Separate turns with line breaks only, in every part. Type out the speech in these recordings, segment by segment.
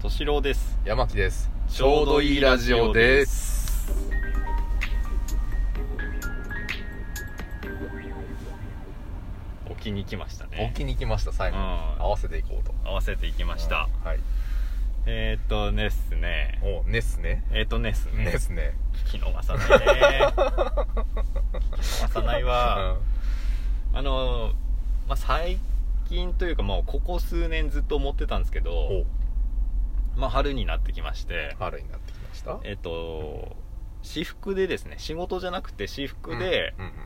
敏郎です
山木です
ちょうどいいラジオです置きに来ましたね
置きに来ました最後
うん
合わせていこうと
合わせていきました
うんはい
えー、っとですね
おうねっすね
えー、っとねっすね
ねっすね
聞き逃さないね聞き逃さないわ、あのまあ最近というかもうここ数年ずっと思ってたんですけ
うんお
ど
う
まあ春になってきまして
春になってきました
えっと私服でですね仕事じゃなくて私服で、
うんうんうん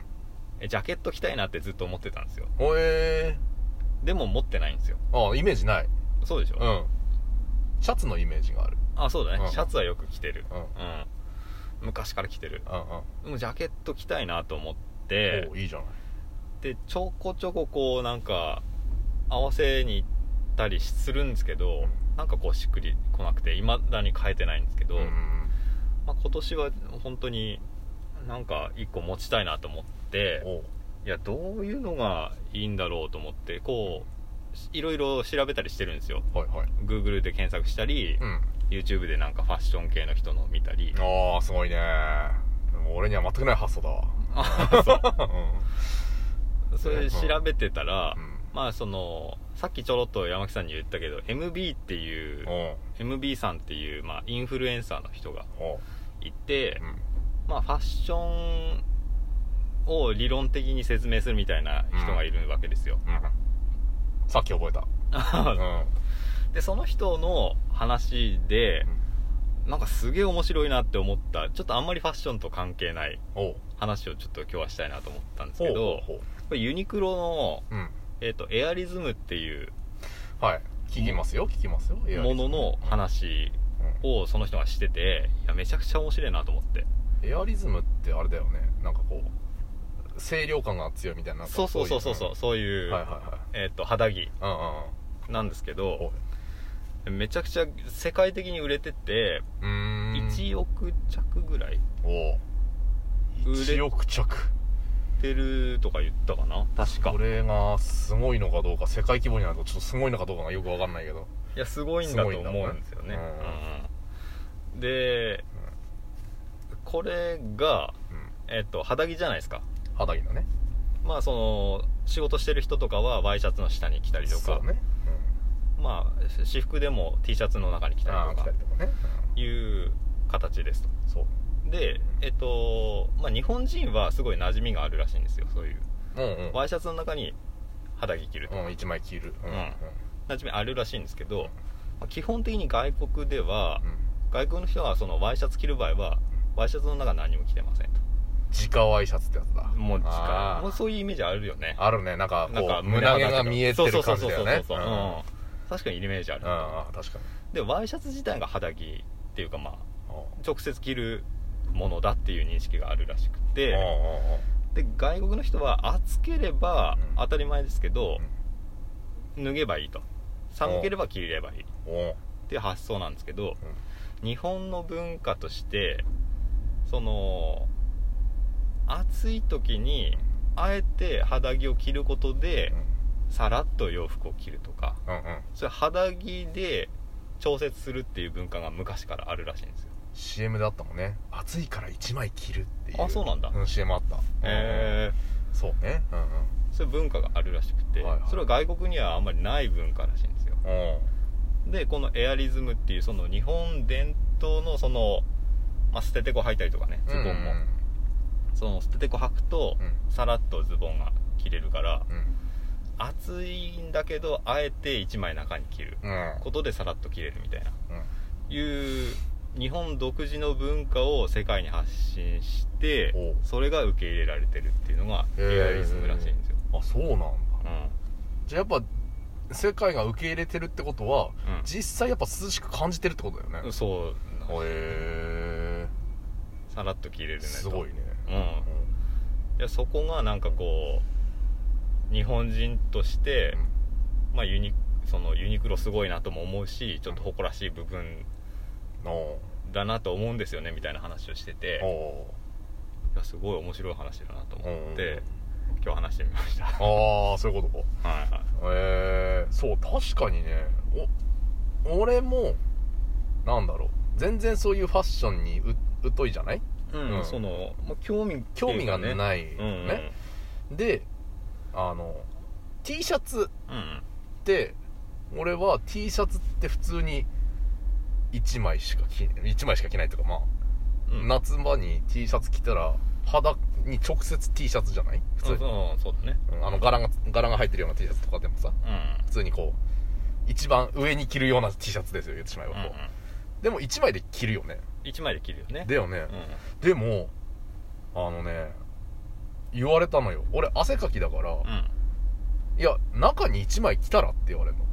えジャケット着たいなってずっと思ってたんですよ
おえ
でも持ってないんですよ
ーあイメージない
そうでしょ、
うんシャツのイメージがある
あそうだね、
うん
シャツはよく着てる
うん
うん昔から着てる
うんうん
でもジャケット着たいなと思って
おういいじゃない
でちょこちょここうなんか合わせに行ったりするんですけど、
う
なんかこうしっくりこなくていまだに変えてないんですけど、
うんうん
まあ、今年は本当になんか一個持ちたいなと思って
うんおう
いやどういうのがいいんだろうと思ってこうしいろいろ調べたりしてるんですよ
はいはい
Google で検索したり、
うん
YouTube でなんかファッション系の人の見たり
ああすごいねでも俺には全くない発想だわ
あそう
う
それで調べてたら、
ん うん
まあそのさっきちょろっと山木さんに言ったけど MB っていう
おう
MB さんっていう、まあ、インフルエンサーの人が
おう
いて、
うん
まあ、ファッションを理論的に説明するみたいな人がいるわけですよ、
うんさっき覚 えたうん
でその人の話で
うん
なんかすげえ面白いなって思ったちょっとあんまりファッションと関係ない
おう
話をちょっと今日はしたいなと思ったんです
ほう
け
ほ
ど
うほう
これユニクロの、
うん
えっとエアリズムっていう
はい聞きますよ聞きますよエア
も
リズム
のの話
うん
をその人がしてていやめちゃくちゃ面白いなと思って
エアリズムってあれだよねなんかこう清涼感が強いみたいななんか
そうそうそうそうそう
い
そういう、
はいはいはい
えっと肌着
うんうん
なんですけど
ほ
めちゃくちゃ世界的に売れてて
ううーん
1億着ぐらい
お
売
う
れ
1億着
売ってるとか言ったかな確か
これがすごいのかどうか世界規模になるとちょっとすごいのかどうかがよくわかんないけど
いやすごいんだと思うんですよね
すごいんだろうね
うんでこれが、
うん
えっと、肌着じゃないですか
肌着だね
まあその仕事してる人とかはワイシャツの下に着たりと
そ
か、
うね
まあ私服でも T シャツの中に着
うん
たり
あー
とか
来たりとかね
いう形ですと
うんそう
でえっと、まあ、日本人はすごい馴染みがあるらしいんですよそういう
うんうん
ワイシャツの中に肌着着ると
うん1枚着るう
う
んうんん
馴染みあるらしいんですけど、まあ基本的に外国では外国の人はそのワイシャツ着る場合はワイシャツの中何も着てませんと
直ワイシャツってやつだ
もう時間
あー
もうそういうイメージあるよね
あるねなんか
なん
こ
か
う胸毛が見えてる感じだよ
そう
ね
そうそうそうそうそう、うん確かにイメージある
うんあー確かに
でワイシャツ自体が肌着っていうかまあ
うん
直接着るものだっていう認識があるらしくて、
うんうんうん
で外国の人は暑ければ
うん
当たり前ですけど、脱げばいいと寒ければ着ればいいっ
おう
ていう発想なんですけど、日本の文化としてその暑い時にあえて肌着を着ることでさらっと洋服を着るとか
うんうんうん
それ肌着で調節するっていう文化が昔からあるらしいんですよ
CM であったもんね暑いから1枚着るっていう
あそうなんだ
CM あった
えー
うんそうねうん
そういう文化があるらしくて、
はいはい
それは外国にはあんまりない文化らしいんですよ
うんうん
でこのエアリズムっていうその日本伝統のその、まあ、捨ててこ履いたりとかねズボンも、その捨ててこ履くと
うん
さらっとズボンが着れるから
うん
暑いんだけどあえて1枚中に着る
うん
ことでさらっと着れるみたいな
うん
いう日本独自の文化を世界に発信して
おう
それが受け入れられてるっていうのが
へー
エアリズムらしいんですよ、
あそうなん
う
だ
ん
じゃあやっぱ世界が受け入れてるってことは
うん
実際やっぱ涼しく感じてるってことだよね
そう
へ
さらっと着れる
え
ねと
すごいね
うん
うん
いやそこがなんかこう日本人として、まあ、ユニそのユニクロすごいなとも思うしちょっと誇らしい部分
お
だなと思うんですよねみたいな話をして
お
て
お
いやすごい面白い話だなと
う
思っ
ん
て今日話してみましたはい
ああそういうことか
はい
えー、そう確かにねお俺もなんだろう全然そういうファッションにう疎いじゃない
うん
うん
その、まあ、興味って
興
いう
味
か
が
ね
ない、
うんうん、
ねであの T シャツ
うん
って俺は T シャツって普通に1枚しか着1枚しか着ないというかまあ、
うん
夏場に T シャツ着たら肌に直接 T シャツじゃない普通
あ
に
そうそうだね
うんあの柄が柄が入ってるような T シャツとかでもさ
うん
普通にこう一番上に着るような T シャツですよ言ってしまえばこう、でも1枚で着るよね
1枚で切るよね
だよね
う、ん
でもあのね言われたのよ俺汗かきだから、
うんうん
いや中に1枚着たらって言われるの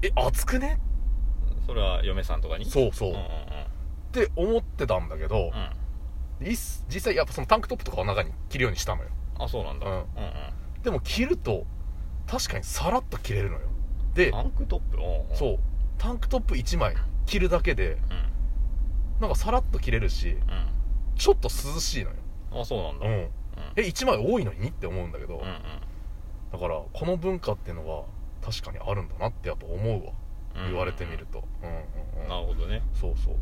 え暑くね
うんそれは嫁さんとかにう
そうそう、
んうん
っ
うん
て思ってたんだけど
う、ん
いっす実際やっぱそのタンクトップとかを中に着るようにしたのよ
あそうなんだ
うん
うんうん
でも着ると確かにさらっと着れるのよで
タンクトップうん
そうタンクトップ1枚着るだけで
うん
なんかさらっと着れるし
う
ちょっと涼しいのよ
んあそうなんだ
うん
うん
え1枚多いのにって思うんだけど、
うん
だからこの文化っていうのは確かにあるんだなってやっぱ思うわ
うん
言われてみるとうんうんうん
なるほどね
そうそう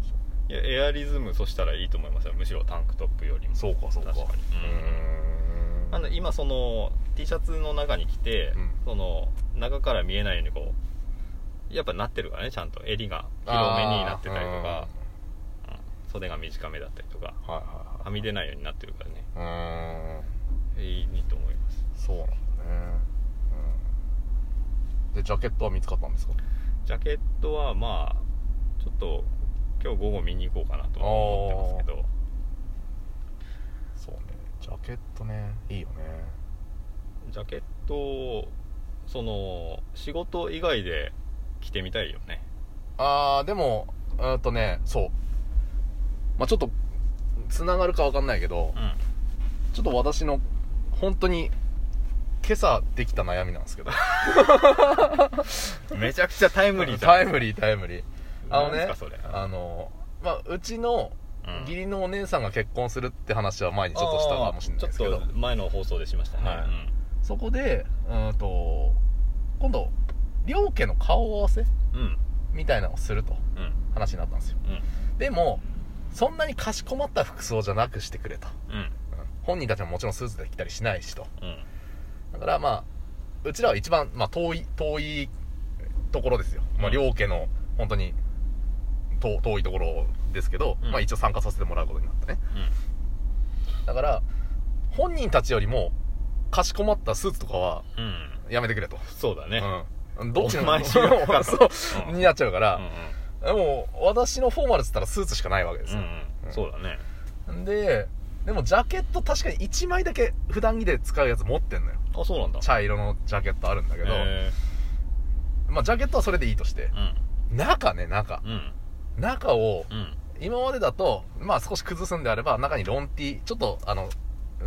いやエアリズムそしたらいいと思いますよむしろタンクトップよりも
そうそうかそうか
確かに
うーん
なんで今その T シャツの中に着て、
うん
その中から見えないようにこうやっぱなってるからねちゃんと襟が広めになってたりとか、うん袖が短めだったりとか
あーうんはいはいはい
はみ出ないようになってるからね
うーん
いいと思います
そうなんだねうんでジャケットは見つかったんですか
ジャケットはまあちょっと今日午後見に行こうかなとは思ってますけど
そうねジャケットねいいよね
ジャケットをその仕事以外で着てみたいよね
あーでもうーんとねそうまあちょっとつながるかわかんないけど、
うん
ちょっと私の本当に今朝できた悩みなんですけど
めちゃくちゃタイムリーじゃん
タイムリータイムリーあの
なん
ね
ですかそれ
あのまあうちの
うん
義理のお姉さんが結婚するって話は前にちょっとしたかもしれないですけ
あ
ど
ーちょっと前の放送でしましたね、
はい
うん
そこでうーんと今度両家の顔合わせ
うん
みたいなのをすると
うん
話になったんですよ
うん
でもそんなにかしこまった服装じゃなくしてくれと、
うん
うん本人たちももちろんスーツで着たりしないしと
うん
だからまあうちらは一番、まあ、遠い遠いところですよ、ま
う
あ、
ん
両家の本当に遠遠いところですけど、
うん
まあ、一応参加させてもらうことになったね
うん
だから本人たちよりもかしこまったスーツとかは
うん
やめてくれと、
そうだね
うん、どっちの
お前知らんか
そう、
うん
になっちゃうか
うん
ら、でも私のフォーマルっつったらスーツしかないわけです
うん
よ、
うんそうだね
ででもジャケット確かに1枚だけ普段着で使うやつ持ってんのよ
あそうなんだ
茶色のジャケットあるんだけど、
へ
まあジャケットはそれでいいとして
ーうん
中ね中
うん
中を
うん
今までだとまあ少し崩すんであれば中にロンティーちょっとあの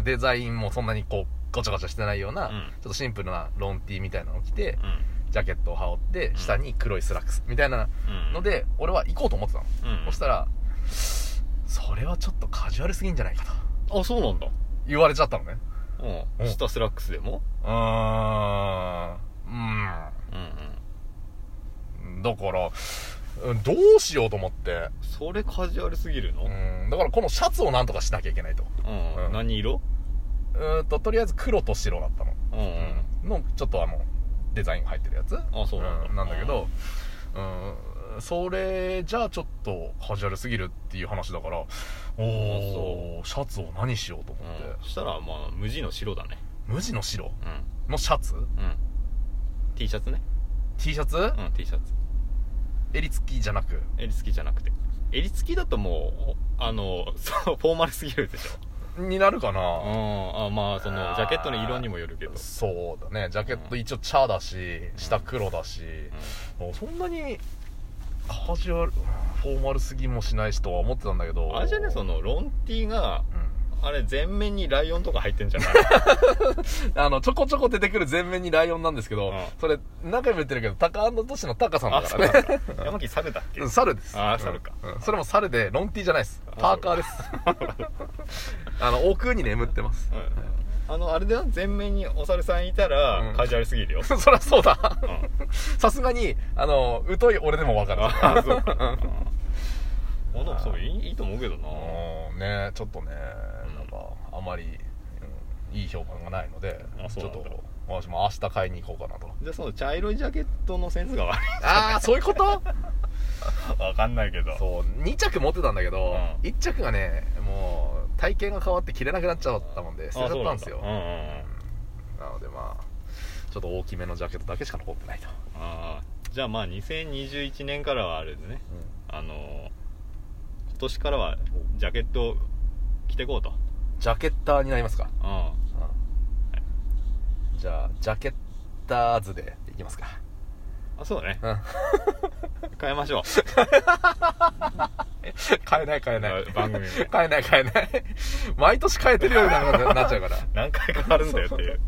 デザインもそんなにこうごちゃごちゃしてないような、
うん
ちょっとシンプルなロンティーみたいなのを着て
うん
ジャケットを羽織って
ん
下に黒いスラックスみたいな
うん
ので俺は行こうと思ってたの、
うん
そしたらそれはちょっとカジュアルすぎんじゃないかと
あそうなんだ
言われちゃったのね
う
うんん
下スラックスでも
うーんう
うんうん
んだからうんどうしようと思って
それカジュアルすぎるの
うんだからこのシャツをなんとかしなきゃいけないと
うん、
うん
何色
うーんととりあえず黒と白だったの、
うんうん
のちょっとあのデザインが入ってるやつ
あそうなんだ、
ん、なんだけどうんそれじゃあちょっとカジュアルすぎるっていう話だからおおシャツを何しようと
う
思って
ん、そしたらまあ無地の白だね
無地の白
う
のシャツ
んうん T シャツね
T シャツ、
うん T シャツ
襟付きじゃなく
襟付きじゃなくて襟付きだともうあの そうフォーマルすぎるでしょ
になるかな、
うんあまあその
あー
ジャケットの色にもよるけど、
そうだねジャケット一応茶だし下黒だし、あそんなにカジュアルフォーマルすぎもしないしとは思ってたんだけ
うん
ど
あれじゃねそのロンティが
う
あれ全面にライオンとか入ってんじゃない
んあのちょこちょこ出てくる全面にライオンなんですけど、
うん
それ何回も言ってるけどタカ都市のタカさんだ
あ
か
そう
ら
なん
ね
だ山木猿だっけ
うん猿です
あー猿か
うんうんそれも猿でロンティーじゃないです
あ
パーカーです あの奥に眠ってます、
あのあれだよ全面にお猿さんいたら、
うん
カジュアルすぎ るよ、
そりゃそうだ
うん
さすがにあの疎い俺でも分かる
あそうか、うんまあでもそういいいいと思うけどな
うんねちょっとね、
うん
なんかあまり、うんいい評判がないので
あ
ち
そう
ょ
な
っ
んだ
と私も明日買いに行こうかなと
じゃあその茶色いジャケットのセンスが悪
ああそういうこと
いわかんないけど
そう2着持ってたんだけど、
う
1着がねもう体型が変わって着れなくなっちゃったもんで捨てちゃったんですよ
あそうなんだうんうんうん
なのでまあちょっと大きめのジャケットだけしか残ってないと、
あーじゃあまあ2021年からはあれでねあのー今年からはジャケットを着てこうと
ジャケッターになりますか、
うん
うんじゃあジャケッター図でいきますか
あそうだね
うん
変えましょう
変えない変えない
番組名
変えない変えない毎年変えてるようになるなっちゃうからじ
何回変わるんだよっていう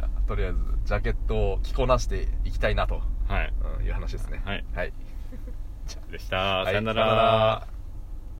ゃあとりあえずジャケットを着こなしていきたいなと
はい
うんいう話ですね
はい
はい
でした
はい
さよな
さ
ら
よなら